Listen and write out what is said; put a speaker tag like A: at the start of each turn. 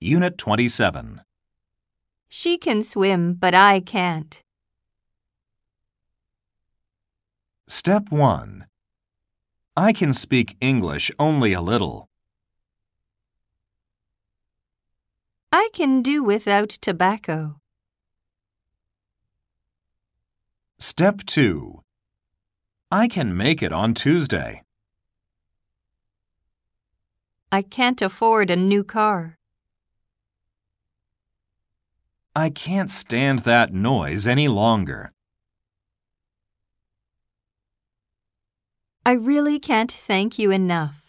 A: Unit 27.
B: She can swim, but I can't.
A: Step 1. I can speak English only a little.
B: I can do without tobacco.
A: Step 2. I can make it on Tuesday.
B: I can't afford a new car.
A: I can't stand that noise any longer.
B: I really can't thank you enough.